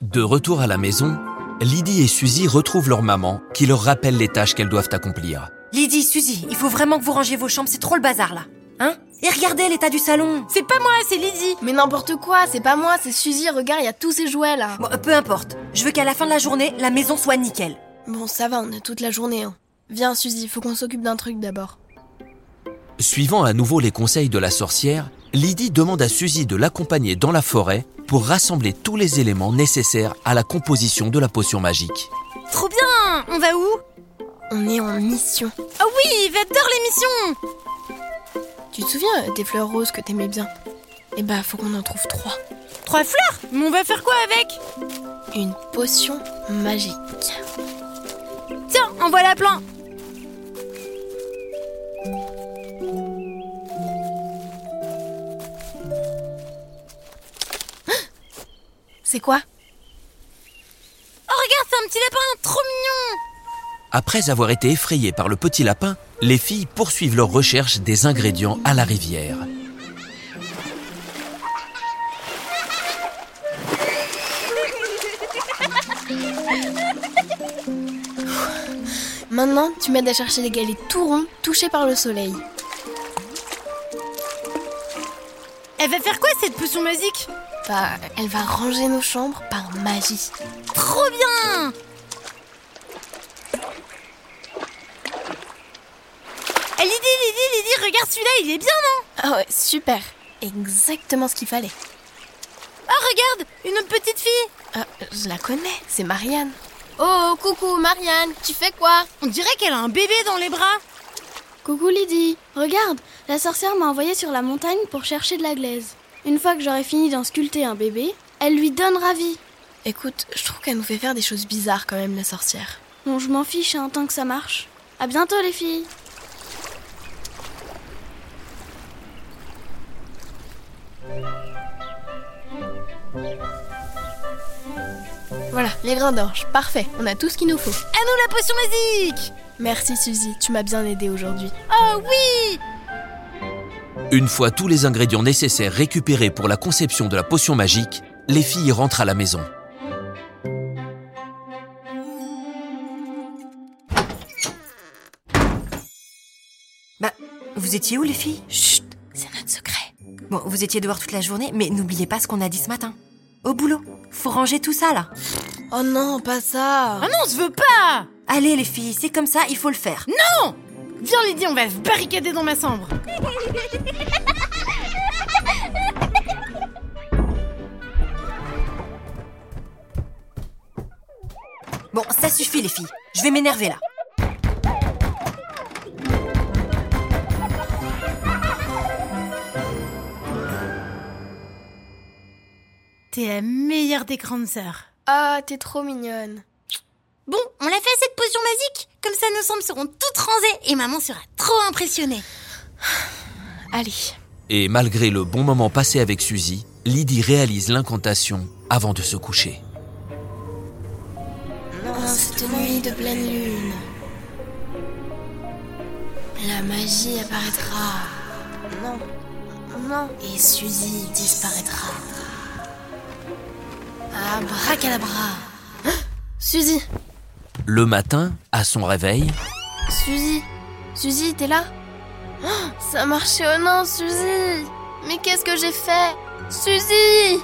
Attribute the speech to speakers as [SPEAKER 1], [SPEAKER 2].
[SPEAKER 1] De retour à la maison, Lydie et Suzy retrouvent leur maman qui leur rappelle les tâches qu'elles doivent accomplir.
[SPEAKER 2] Lydie, Suzy, il faut vraiment que vous rangiez vos chambres, c'est trop le bazar là. Hein Et regardez l'état du salon
[SPEAKER 3] C'est pas moi, c'est Lydie.
[SPEAKER 4] Mais n'importe quoi, c'est pas moi, c'est Suzy, regarde, il y a tous ces jouets là.
[SPEAKER 2] Bon, euh, peu importe. Je veux qu'à la fin de la journée, la maison soit nickel.
[SPEAKER 4] Bon, ça va, on a toute la journée. hein. Viens, Suzy, faut qu'on s'occupe d'un truc d'abord.
[SPEAKER 1] Suivant à nouveau les conseils de la sorcière, Lydie demande à Suzy de l'accompagner dans la forêt pour rassembler tous les éléments nécessaires à la composition de la potion magique.
[SPEAKER 3] Trop bien On va où
[SPEAKER 4] On est en mission.
[SPEAKER 3] Oh oui, j'adore les missions
[SPEAKER 4] Tu te souviens euh, des fleurs roses que t'aimais bien Eh bah, faut qu'on en trouve trois.
[SPEAKER 3] Trois fleurs Mais on va faire quoi avec
[SPEAKER 4] Une potion magique.
[SPEAKER 3] Tiens, en voilà plein
[SPEAKER 4] C'est quoi
[SPEAKER 3] Oh regarde, c'est un petit lapin, trop mignon
[SPEAKER 1] Après avoir été effrayées par le petit lapin, les filles poursuivent leur recherche des ingrédients à la rivière.
[SPEAKER 4] Maintenant, tu m'aides à chercher des galets tout ronds, touchés par le soleil.
[SPEAKER 3] Elle va faire quoi cette potion magique
[SPEAKER 4] Bah, elle va ranger nos chambres par magie.
[SPEAKER 3] Trop bien Eh Lydie, Lydie, Lydie, regarde celui-là, il est bien non
[SPEAKER 4] Ah ouais, super Exactement ce qu'il fallait.
[SPEAKER 3] Oh regarde, une autre petite fille
[SPEAKER 4] Ah, je la connais, c'est Marianne.
[SPEAKER 3] Oh coucou Marianne, tu fais quoi On dirait qu'elle a un bébé dans les bras
[SPEAKER 5] Coucou Lydie, regarde, la sorcière m'a envoyée sur la montagne pour chercher de la glaise. Une fois que j'aurai fini d'en sculpter un bébé, elle lui donnera vie.
[SPEAKER 4] Écoute, je trouve qu'elle nous fait faire des choses bizarres quand même, la sorcière.
[SPEAKER 5] Bon, je m'en fiche, hein, tant que ça marche. À bientôt les filles
[SPEAKER 4] Voilà, les grains d'orge, parfait, on a tout ce qu'il nous faut.
[SPEAKER 3] À nous la potion magique
[SPEAKER 4] Merci Suzy, tu m'as bien aidé aujourd'hui.
[SPEAKER 3] Oh oui
[SPEAKER 1] Une fois tous les ingrédients nécessaires récupérés pour la conception de la potion magique, les filles rentrent à la maison.
[SPEAKER 2] Bah, vous étiez où les filles
[SPEAKER 4] Chut, c'est notre secret.
[SPEAKER 2] Bon, vous étiez dehors toute la journée, mais n'oubliez pas ce qu'on a dit ce matin. Au boulot, faut ranger tout ça là.
[SPEAKER 4] Oh non, pas ça
[SPEAKER 3] Ah non, on se veut pas
[SPEAKER 2] Allez les filles, c'est comme ça, il faut le faire.
[SPEAKER 3] Viens Lydie, on va se barricader dans ma chambre
[SPEAKER 2] Bon, ça suffit les filles, je vais m'énerver là.
[SPEAKER 3] T'es la meilleure des grandes sœurs
[SPEAKER 4] Ah, t'es trop mignonne.
[SPEAKER 3] Bon, on l'a fait cette potion magique Comme ça, nos chambres seront toutes rangées et maman sera trop impressionnée
[SPEAKER 4] Allez.
[SPEAKER 1] Et malgré le bon moment passé avec Suzy, Lydie réalise l'incantation avant de se coucher.
[SPEAKER 4] Oh, cette nuit de pleine lune, la magie apparaîtra. Non, non. Et Suzy disparaîtra. Abracadabra. Suzy,
[SPEAKER 1] Le matin, à son réveil,
[SPEAKER 4] Suzy, Suzy, t'es là Oh, Ça marchait, oh non, Suzy Mais qu'est-ce que j'ai fait Suzy